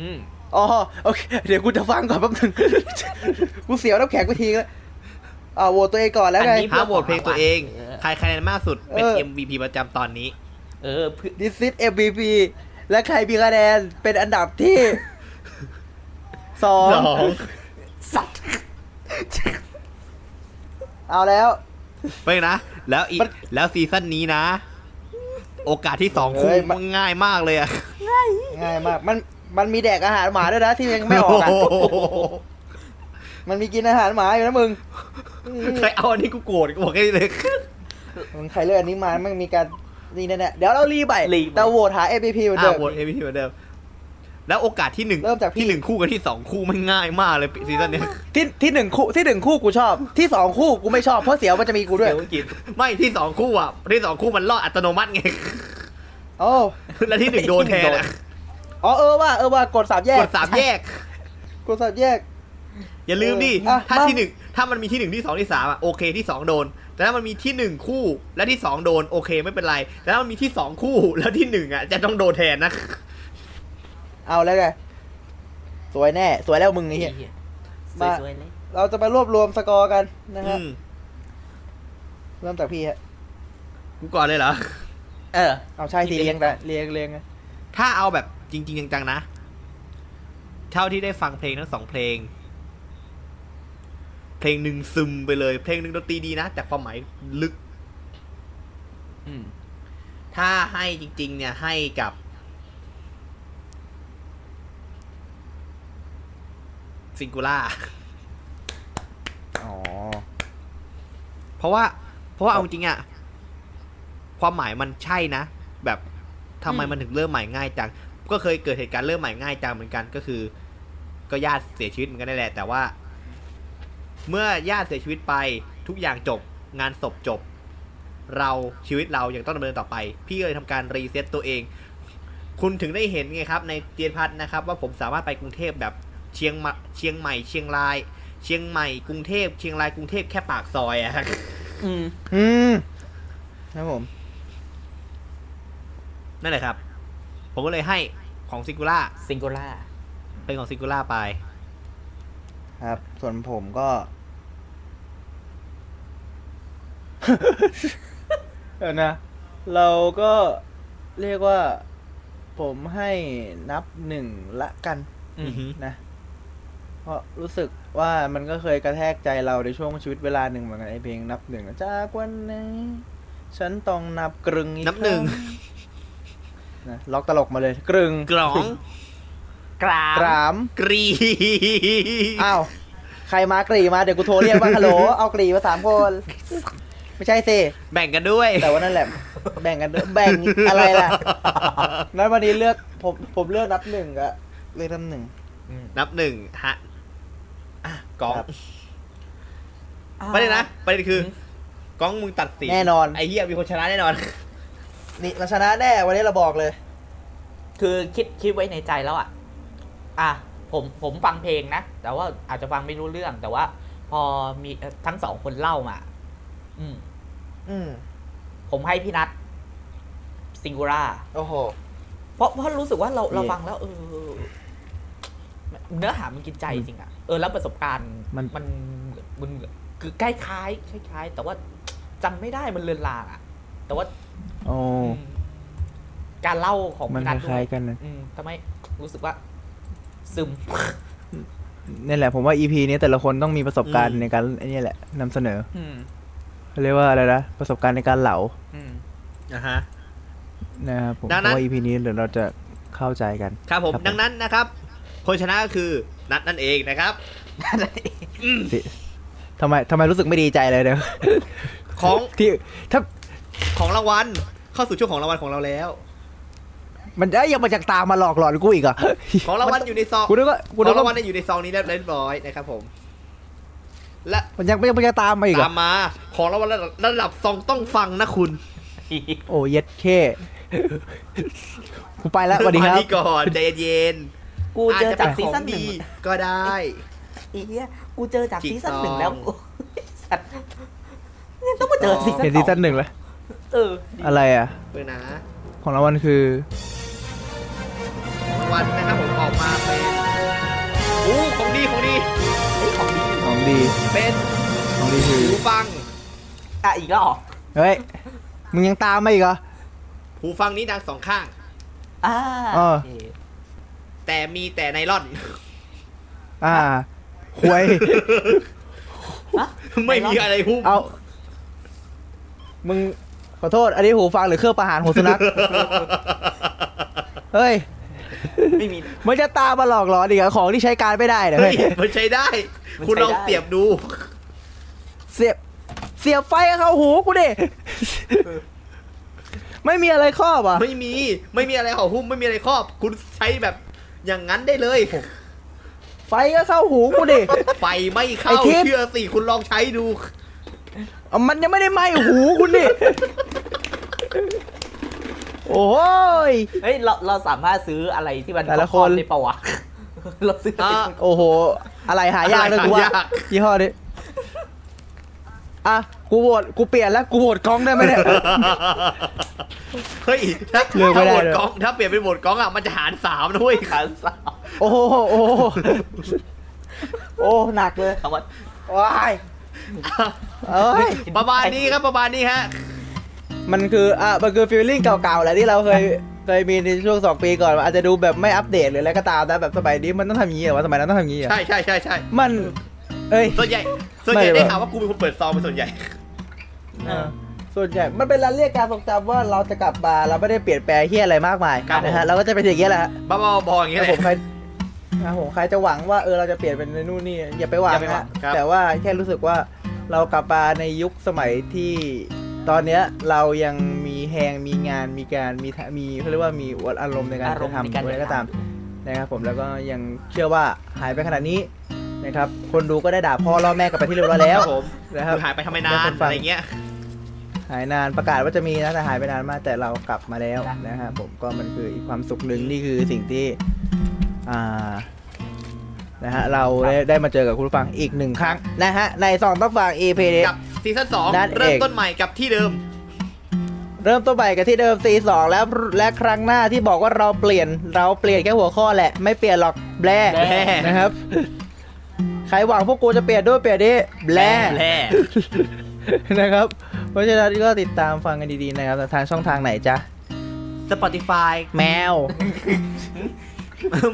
S4: อืม
S3: อ๋อโอเคเดี๋ยวกูจะฟังก่อนแป๊บนึง กูเสียวน้ำแข็งไปทีแล้วอ่าโหวตตัวเองก่อนแล้วไง
S2: ห้ามโหวตเพลงตัวเอง ใครคะแนนมากสุดเป็น
S3: เออ
S2: MVP ประจำตอนนี้
S4: เออเพื่อ
S3: ดิซิต MVP และใครมีคะแนนเป็นอันดับที่ สอง
S4: สัตว์
S3: เอาแล้ว
S2: ไปนะ แล้วอีก
S3: มัน
S2: แล้วซีซั่นนี้นะ โอกาสที่สองคู่
S3: เอ้ยมัน
S2: ง่ายมากเลยอะ
S3: ง่ายมากมันมันมีแดกอาหารหมาด้วยนะ ที่ยังไม่ออกอะ
S2: โโห
S3: มันมีกินอาหารหมาอยู่นะมึงอืม
S2: ใครเอาอันนี้กูโกรธกูบอกแค่นี้เลย
S3: มึงใครเลือกอันนี้มามันมีการนี่แน่ๆเดี๋ยวเรารีบไป
S4: รีบไป
S3: แต่โหวตหา MVP เหมือน
S2: อ่า
S3: เดิม
S2: โหวต MVP เหมือนเดิม แล้วโอกาสที่หนึ่ง
S3: เริ่มจากพี่
S2: ที่หนึ่งคู่กับที่สองคู่ไม่ง่ายมากเลยซีซั่นเนี้ย
S3: ที่ที่หนึ่งคู่ที่หนึ่งคู่กูชอบ ที่สองคู่กูไม่ชอบเพราะเสียวมันจะมีกูด้วย
S2: เดี๋ยวกินไม่ที่สองคู่อ่ะที่สองคู่มันรอดอัตโนมัติไง [laughs]
S3: โอ้
S2: แล้วที่หนึ่งโดนแทนอะ
S3: อ๋อเออว่าเออว่ากดสามแยก
S2: กดสามแยก
S3: กดสามแยก
S2: อย่าลืมดิ
S3: อ่ะ
S2: ถ้า
S3: มา
S2: ที่หนึ่งถ้ามันมีที่หนึ่งที่สองที่สามอ่ะโอเคที่สองโดน แต่ถ้ามันมีที่หนึ่งคู่และที่สองโดนโอเคไม่เป็นไร แต่ถ้ามันมีที่สองคู่แล้วที่หนึ่งอ่ะจะต้องโดนแทนนะ
S3: เอาแล้วไงสวยแน่ สวยแล้วมึงไอ้เหี้ย มา
S4: สวยๆเลย
S3: เราจะมารวบรวมสกอร์กันนะ
S2: อื
S3: ฮะ
S2: ม
S3: เริ่มจากพี่ฮะ
S2: กูก่อนเลยเหรอ
S4: เออ
S3: เอาใช่ที
S4: พี่เลี้
S3: เรีย
S4: ย
S3: ง
S4: ง
S3: แต่เรียงเรียงไง
S2: ถ้าเอาแบบจริง ๆ จังๆนะ เท่าที่ได้ฟังเพลงทั้งสองเพลง เพลงหนึ่งซึมไปเลย เพลงหนึ่งดนตรีดีนะ แต่ความหมายลึก
S4: อืม
S2: ถ้าให้จริง ๆ เนี่ยให้กับ ซิงคูล่า
S3: อ๋อ
S2: เพราะว่า เพราะว่าเอาจริงอะความหมายมันใช่นะ แบบทำไมมันถึงเริ่มใหม่ง่ายจัง ก็เคยเกิดเหตุการณ์เริ่มใหม่ง่ายจังเหมือนกันก็คือ ก็ญาติเสียชีวิตเหมือนกันนั่นแหละแต่ว่า เมื่อญาติเสียชีวิตไปทุกอย่างจบงานศพจบ เราชีวิตเรายังต้องดำเนินต่อไป พี่เลยทำการรีเซ็ตตัวเอง คุณถึงได้เห็นไงครับ ในเจียนพัฒน์นะครับ ว่าผมสามารถไปกรุงเทพแบบเชียงมาเชียงใหม่ เชียงราย เชียงใหม่กรุงเทพเชียงรายกรุงเทพแค่ปากซอยอะ
S4: อืม
S3: อืมครับผม
S2: นั่นแหละครับ ผมก็เลยให้ของซิงคูล่า
S4: ซิงโกล่า
S2: เป็นของซิงคูล่าไป
S3: ครับ ส่วนผมก็ [laughs] เดี๋ยวนะ เราก็เรียกว่า ผมให้นับหนึ่งละกัน
S2: อือหือ
S3: นะ เพราะรู้สึกว่ามันก็เคยกระแทกใจเราในช่วงชีวิตเวลาหนึ่งเหมือนกันไอเพลงนับหนึ่งจากวันนี้ฉันต้องนับกรึงอีก
S2: นับหนึ่ง
S3: ครั้งนะล็อกตลกมาเลย กรึง
S2: กล่อง
S4: กราม
S3: กราม
S2: กรี
S3: อ้าว ใครมากรีมาเดี๋ยวกูโทรเรียกว่า [laughs] ฮัลโหล เอากรีมาสามคน ไม่ใช่สิ
S2: แบ่งกันด้วย
S3: แต่ว่านั่นแหละ แบ่งกันด้วยแบ่งอะไรล่ะ นั้นวันนี้เลือกผมผมเลือกนับหนึ่งอะเลือกนับหนึ่ง
S2: นับหนึ่งฮะอ่ะกอง
S3: ครับ
S2: ประเด็นนะประเด็นคืออกองมึงตัดสิน
S3: แน่นอน
S2: ไอ้เหี้ยมีคนชนะแน่นอน
S3: นี่เราชนะแน่ วันนี้เราบอกเลย
S4: คือคิดคิดไว้ในใจแล้วอ่ะ อ่ะผมผมฟังเพลงนะ แต่ว่าอาจจะฟังไม่รู้เรื่องแต่ว่า พอมีเอ่อทั้งสองคนเล่ามา อืม
S3: อืม
S4: ผมให้พี่นัทซิงคูล่า
S3: โอ้โห
S4: เพราะเพราะรู้สึกว่าเราเรา
S3: เย่
S4: ฟังแล้วเออเนื้อหามันกินใจจริงอะเออแล้วประสบการณ์
S3: มัน
S4: มันเหมือนมันเหมือนคือใกล้คล้ายคล้ายคล้ายๆ แต่ว่าจำไม่ได้มันเลือนลางอะแต่ว่า
S3: โอ้
S4: อืมการเล่าของ
S3: มัน
S4: พี่นัท
S3: คล้ายๆกันนะ
S4: อืมทำไมรู้สึกว่า ซึม [laughs]
S3: นี่แหละผมว่า EP นี้แต่ละคนต้องมีประสบการ
S2: อื
S3: ณ์
S2: ม
S3: ในการไอ้นี่แหละนำเสนอ
S4: อืม
S3: เขาเรียกว่าอะไรนะประสบการณ์ในการเหลา
S4: อืม
S2: อ่ะฮะ
S3: นะครับผม
S2: ดังนั้น
S3: เพราะว่า EP นี้เดี๋ยวเราจะเข้าใจกัน
S2: ครับผม
S3: ครับผม
S2: ดังนั้นนะครับ คนชนะก็คือนัทนั่นเองนะครับ
S3: ทำไมทำไมรู้สึกไม่ดีใจเลยเดี๋ยว
S2: ของ
S3: ที่ถ้า
S2: ของรางวัลเข้าสู่ช่วงของรางวัลของเราแล้ว
S3: มันได้ยยังมาจากตามมาหลอกหลอนกูอีกเหรอ
S2: ของรางวัลอยู่ในซอง
S3: กูนึกว่า
S2: ข
S3: กูนึ
S2: อก งรางวัล
S3: ว่า
S2: เนี่ยอยู่ในซองนี้เรียบร้อยนะครับผม และ
S3: มันยังไม่ยังไม่จะตามมาอีกเหร
S2: ตา
S3: อ
S2: มมาของรางวัลระดับระดับซองต้องฟังนะคุณ
S3: โอ้เย็ดเคกูไปแล้วสวัสดีครั
S2: มา
S3: บ
S2: นี่ก่อนใจเย็น
S4: กู
S2: ๆอาจ
S4: เจอ
S2: จะ
S4: จา
S2: เป็น
S4: กซี
S2: ของ
S4: ซั่นหนึ่ง
S2: ดีก็ได้
S4: อีเหี้ยกูเจอจาก
S2: จิก
S4: ซีซั่นหนึ่งแล้ว [laughs]
S2: ซอง
S4: โอ้ยสัตว์ [laughs] เนี่ยต้องมาเจอซีซั่น
S3: เห็น
S4: ส
S3: ซี
S4: อง
S3: ซั่นหนึ่งแล้ว
S4: เออดี
S3: อะไรอ่ะ
S2: เพื่อนะ
S3: ของรางวัลคือ
S2: รางวัลนะครับผมออกมาเป็นอู้ของดีของดี
S4: เฮ้ยของดี
S3: ของดี
S2: เป็น
S3: ของดีคือ
S2: หูฟัง
S4: อ่ะอีกแล้วเหรอ
S3: เฮ้ยมึงยังตามมาอีกเหรอ
S2: หูฟังนี้ดังสองข้าง
S4: อ่า
S3: เออ
S4: โอเค
S2: แต่มีแต่ไนล [laughs] อน
S3: อ่าหวย
S4: ฮะ
S2: ไม่มีอะไรหุ้ม
S3: เอา มึง ขอโทษ อันนี้หูฟังหรือเครื่องประหารหูสุนัข เฮ้ย
S4: ไม่มี
S3: มันจะตามมาหลอกหลอนอีกเหรอของที่ใช้การไม่ได้เนี่ย
S2: เฮ้
S3: เฮ้
S2: ย
S3: ย
S2: มันใช้ได้
S4: มันใช้ได้
S2: คุณลองเสียบดู
S3: เสียบ เสียบไฟเข้าหูกูดิ ไม่มีอะไรครอบอ่ะ
S2: ไม่มีไม่มีอะไรห่อหุ้มไม่มีอะไรครอบ คุณใช้แบบอย่างนั้นได้เลย
S3: ไฟก็เข้าหูกูดิ
S2: ไฟไม่เข้า
S3: ไอ้ทิพย์
S2: เชื่อสิคุณลองใช้ดู
S3: เอามันยังไม่ได้ไหมหูคุณดิ โอ้ย
S4: เฮ้ยเราเราสามารถซื้ออะไรที่มัน
S3: แต่ละ
S4: รอบ
S3: คน
S4: ๆได้ปะวะ
S3: [laughs]
S4: เราซื้อ
S2: อ่ะ
S3: โอ้โห อะไรหายากเลยกูว่า
S2: อะไรหายาก
S3: ยี่ห้อนี้อ่ะ กูโหวตกูเปลี่ยนแล้ว กูโหวตกล้องได้ไหมเนี่ย
S2: [laughs] เฮ้ยถ้า
S3: เลือกไม่
S2: ถ้าโห
S3: ได้
S2: วต
S3: เลย
S2: กล้องถ้าเปลี่ยนเป็นโหวตกล้องอ่ะมันจะหารสามนะเว้ย
S4: ขานสาว
S3: โอ้โหโอ้โหโอ้หนักเลย
S4: คำว่า
S3: ว้ายเอ้ย
S2: ประมาณนี้ครับประมาณนี้ฮะ
S3: มันคืออ่ะมันคือฟีลลิ่งเก่าๆแหละที่เราเค
S2: [laughs]
S3: ยเคยมีในช่วงสองปีก่อน อาจจะดูแบบไม่อัปเดตหรืออะไรก็ตามนะแบบสมัยนี้มันต้องทำอย่างนี้เหรอวะสมัยนั้นต้องทำอย่างนี้เหรอ
S2: ใช่ใช่ใช่ใช่
S3: มัน เอ้ย
S2: ส่วนใหญ่ส่วนใหญ่
S3: ไม่หรอก
S2: ได้ข่าวว่ากูเป็นคนเปิดซองเป็นส่วนใหญ่
S4: เออ
S3: ส่วนใหญ่มันเป็นการเรียกการทรงจำว่าเราจะกลับมาเราไม่ได้เปลี่ยนแปลงเฮียอะไรมากมาย
S2: ครับผม
S3: นะฮะเราก็จะเป็นอย่างนี้ยแหละฮะ
S2: บ้าๆบอๆอย่าง
S3: ค
S2: เงี้
S3: รั
S2: ย
S3: บ
S2: แหละ
S3: ผมใครครับผมใครจะหวังว่าเออเราจะเปลี่ยนเป็นนู่นนี่อย่าไปหวัง
S4: อย่าไปหวั
S3: นะ
S4: ง
S2: ครับ
S3: แต่ว่าแค่รู้สึกว่าเรากลับมาในยุคสมัยที่ตอนเนี้ยเรายังมีแหงมีงานมีการมีทะมีเขาเรียกว่ามีวัดอารมณ์ในการ
S4: อารมณ์ใน
S3: ทำ
S4: การ
S3: อะไรก็ตามนะครับผมแล้วก็ยังเชื่อว่าหายไปขนาดนี้นะครับคนดูก็ได้ด่าพ่อล่อแม่กลับไปที่เรียบร้อยแล้ว
S2: ครับผม
S3: นะครับ
S2: หายไปทำไมนานอะไรเงี้ย
S3: หายนานประกาศว่าจะมีนะแต่หายไปนานมากแต่เรากลับมาแล้วนะครับผมก็มันคืออีกความสุขหนึ่งนี่คือสิ่งที่ อ่า นะฮะ เราได้ได้มาเจอกับคุณผู้ฟังอีกหนึ่งครั้ง นะฮะ ในสองต้องฟัง EP นี้
S2: กับซีซั่นสอง
S3: นั่นเอง
S2: เริ่มต้นใหม่กับที่เดิม
S3: เริ่มต้นใหม่กันที่เดิม C2 แล้วและครั้งหน้าที่บอกว่าเราเปลี่ยนเราเปลี่ยนแค่หัวข้อแหละ ไม่เปลี่ยนหรอกแบล
S2: แบล
S3: นะครับ ใครหวังพวกกูจะเปลี่ยนด้วยเปลี่ยนดิแบล
S2: แร่
S3: นะครับ เพราะฉะนั้นก็ติดตามฟังกันดีๆนะครับทางช่องทางไหนจ๊ะ
S2: สปอติฟาย
S3: แมว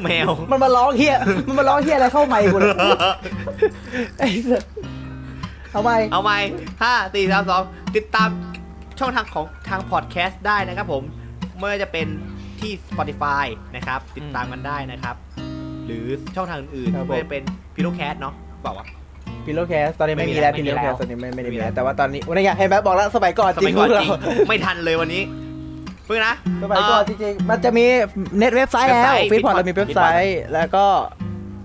S2: แมว
S3: [laughs] มันมาร้องเฮียมันมาร้องเฮียอะไรเข้าใหม่กูเลยไอ้สัสเอาไป
S2: เอาไหมห้าสี่สามสองติดตามช่องทางของทางพอดแคสต์ได้นะครับผม ไม่ว่าจะเป็นที่ Spotify นะครับ ติดตามกันได้นะครับ หรือช่องทางอื่น
S3: ครับผม
S2: ไม่ว่าจะเป็นพิโลแคสเนาะเปล่าวะ
S3: พิลโลแคสตอนนี้ไม่มีแล้ว
S4: ไม่
S3: พิล
S4: มี
S3: โล
S4: แล้ว
S3: แคสตอนนี้ไม่ไม่ได้
S2: ไม่มี
S3: มี
S2: แล้ว
S3: แล้วแต่ว่าตอนนี้วันนี้ไงเห็นไหมบอกแล้วสมัยก่อน
S2: ส
S3: จริ
S2: มัย
S3: ง
S2: ก่อน
S3: เรา
S2: จริงไม่ทันเลยวันนี้เพิ่งนะ
S3: สมัยก่อนจริงๆมันจะมีเน็ตเว็บไซต์
S2: เว็บ
S3: แล้
S2: ไซ
S3: ว
S2: ต์
S3: ฟีดพอ
S2: Feedport
S3: ร์เรามีเว็บไซต์แล้วก็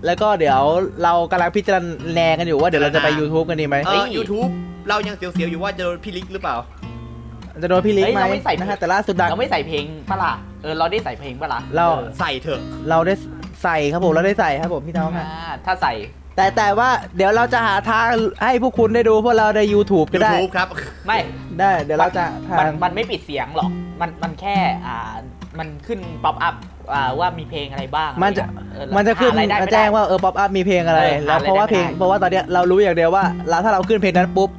S3: แล้วก็เดี๋ยวเรากำลังพิจารณากันอยู่ว่าเดี๋ยวเราจะไป YouTube กันดีไหม
S2: เอ่อ YouTube เรายังเสียวๆอยู่ว่าจะโดนพี่ลิกหรือเปล่า
S3: จะโดนพี่ลิง
S4: เฮ้ย
S3: ไหม
S4: เราไม่ใส่
S3: นะฮะแต่ล่าสุดดัง
S4: เราไม่ใส่เพลงปะล่ะเออเราได้ใส่เพลงปะล่ะ
S3: เรา
S2: ใส่เถอะ
S3: เราได้ใส่ครับผมเราได้ใส่ครับผมพี่น้องฮะ
S4: อ่าถ้าใส่
S3: แต่แต่ว่าเดี๋ยวเราจะหาทางให้พวกคุณได้ดูพวกเราใน YouTube ก็
S2: ยู
S3: ได้
S2: ทูบครับ [laughs]
S4: ไม่
S3: ได้ เดี๋ยวเราจะทา
S4: มัน
S3: ง
S4: มันไม่ปิดเสียงหรอก มันมันแค่อ่ามันขึ้นป๊อปอัพว่ามีเพลงอะไรบ้าง
S3: มันจะ
S4: เออ
S3: มันจะขึ้น
S4: หารายได้
S3: มา
S4: ไม่ได้
S3: แจ้งว่าเออป๊อปอัพมีเพลงอะไร
S4: เออ
S3: แล้ว
S4: หาอะไร
S3: เพราะว่า
S4: ได้
S3: เพลง
S4: ไม่ได้
S3: เพราะว่าตอนเนี้ยเรารู้อย่างเดียวว่าเราถ้าเราขึ้นเพลงนั้นปุ๊บ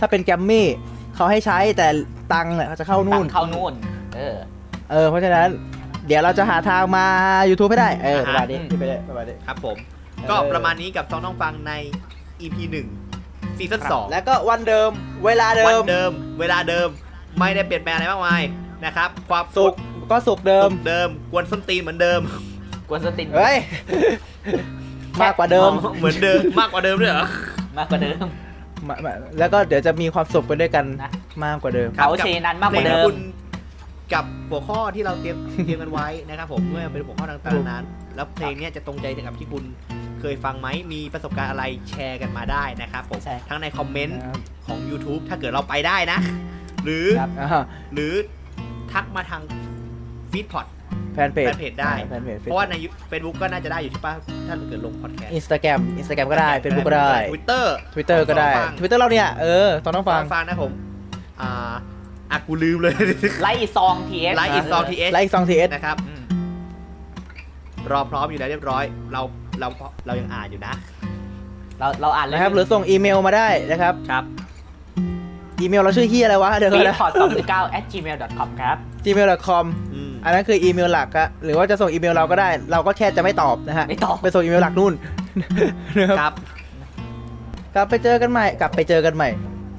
S3: ถ้าเป็นแกรมมี่เขาให้ใช้แต่ตังค์เนี่ยเขาจะเข้านู่น
S4: ตัดเข้านู่น เออ
S3: เออเพราะฉะนั้น เดี๋ยวเราจะหาทางมา YouTube ให้ได้เออประมาณนี้
S4: อืม
S3: ที่ไปเลยประมาณนี้
S2: ครับผม
S3: เออ
S2: ก็ประมาณนี้กับซองน้องฟังใน EP 1ซีซั่นสอง
S3: แล้วก็วันเดิมเวลาเดิ
S2: วัน
S3: ม
S2: เดิม เวลาเดิมไม่ได้เปลี่ยนแปลงอะไรมากมายนะครับ ความ
S3: สุ
S2: สุ
S3: ก
S2: ข
S3: ร์ก็สุกร์เดิม
S2: สุขเดิมกวนส้นตีนเหมือนเดิม
S4: กวนสติน
S3: เฮ้
S4: [laughs]
S3: ย มากกว่าเดิม
S2: เหมือนเดิมมากกว่าเดิมด้วยเหรอ
S4: มากกว่าเดิม
S3: มามาแล้วก็เดี๋ยวจะมีความสุขไปด้วยกัน
S4: นะ
S3: มากกว่าเดิม
S2: ครับ
S4: เขาเชนั้นมากกว่าเดิ
S2: พลงของ
S4: ม
S2: คุณกับหัวข้อที่เราเตรียม เตรียมกันไว้นะครับผมเมื่อเป็นหัวข้อต่างๆนั้น แล้วเพลงเนี้ยจะตรงใจกับที่คุณเคยฟังไหมมีประสบการณ์อะไรแชร์กันมาได้นะครับผม
S4: ใช่
S2: ทั้งในคอมเมนต์
S3: ครับ
S2: ของ YouTube ถ้าเกิดเราไปได้นะ หรือ
S3: ครับอ่า
S2: หรือทักมาทางฟีดพอด
S3: แฟนเพจ
S2: แฟนเพจได้
S3: แฟนเพจ
S2: เพราะว่าใน Facebook ก็น่าจะได้อยู่ที่ป้าถ้าเกิดลงพอดแคสต์
S3: อินสตาแกรมอินสตาแกรมก็ได้เฟซบุ๊กก็ได้
S2: ทวิตเตอร์
S3: Twitter ก็ได้ Twitter เราเนี่ย เออ ตอนต้อง
S2: ฟั
S3: ฟั
S2: ง
S3: ง
S2: ฟังนะผมอ่าอ่ะกูลืมเลย
S4: ไลท์อีซองทีเอส
S2: ไลฟ์อินซองทีเอส
S3: ไลค์ซองทีเอส
S2: นะครับ
S4: อืม
S2: รอพร้อมอยู่แล้วเรียบร้อย เราเราเรายังอ่านอยู่นะ
S4: เราเราอ่านเลย
S3: นะครับ หรือส่งอีเมลมาได้นะครับ
S4: ครับ
S3: อีเมลเราชื่อที่อะไรวะ เดี๋ยวก่
S4: ปี
S3: อนนะ
S4: พอร์ตสองเก้า at gmail com ครับ
S3: gmail.com
S2: อืม
S3: อันนั้นคืออีเมลหลักอะหรือว่าจะส่งอีเมลเราก็ได้ เราก็แค่จะไม่ตอบนะฮะ
S4: ไม่ตอบ
S3: ไปส่งอีเมลหลักนู่นนะครับ
S2: ครับ
S3: กลับไปเจอกันใหม่ กลับไปเจอกันใหม่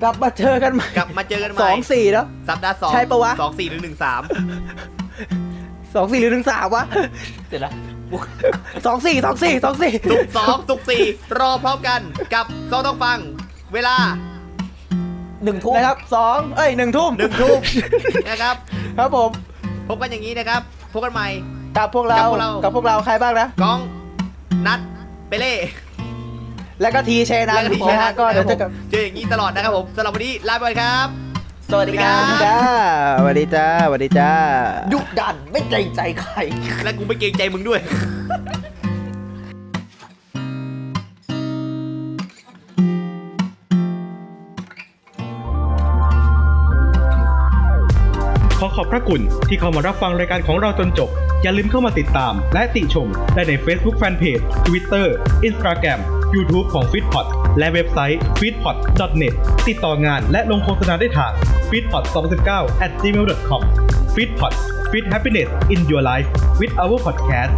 S3: กลับมาเจอกันใหม่
S2: กลับมาเจอกันใหม่
S3: สองสี่แล้ว
S2: สัปดาห์สอง
S3: ใช่ปะวะ
S2: สองสี่หรือหนึ่งสาม
S3: สองสี่หรือหนึ่งสามวะ
S4: เสร็จแล้ว
S3: [laughs] สองสี่สองสี่สองสี่
S2: สุกร์สองสุกร์สี่รอพร้อมกันกับโซต้องฟัง เวลา
S4: หนึ่งทุ่ม
S3: นะครับสองเอ้ยหนึ่งทุ่ม
S2: หนึ่งทุ่มนะครับ
S3: [laughs] ครับผม
S2: พบกันอย่างนี้นะครับ พบกันใหม่
S3: กับพวกเรา
S2: กับพวกเรากั
S3: กับพวกเราใครบ้างนะ
S2: ก้องนัดเปเล่
S3: แล้วก็ทีเชนัน
S2: และ
S3: นะฮะก็
S2: ก็
S3: เดี๋ยวจะกับ
S2: เจออย่างนี้ตลอดนะครับผมสำหรับวันนี้ลาไปก่อนครับ
S4: สวัสดีครั
S3: สวัสดี
S4: บ
S3: จ้าสวัสดีจ้าสวัสดีจ้า
S4: ดุดันไม่เกรงใจใคร
S2: และกูไม่เกรงใจมึงด้วย
S1: ขอขอบพระคุณที่เข้ามารับฟังรายการของเราจนจบ อย่าลืมเข้ามาติดตาม และติชม ได้ใน Facebook Fanpage Twitter Instagram YouTube ของ f e e d p o t และเว็บไซต์ f e e d p o t n e t ติดต่องานและลงโฆษณาได้ทาง f e e d p o t 2019 at gmail.com f e e d p o t f e e d happiness in your life with our podcast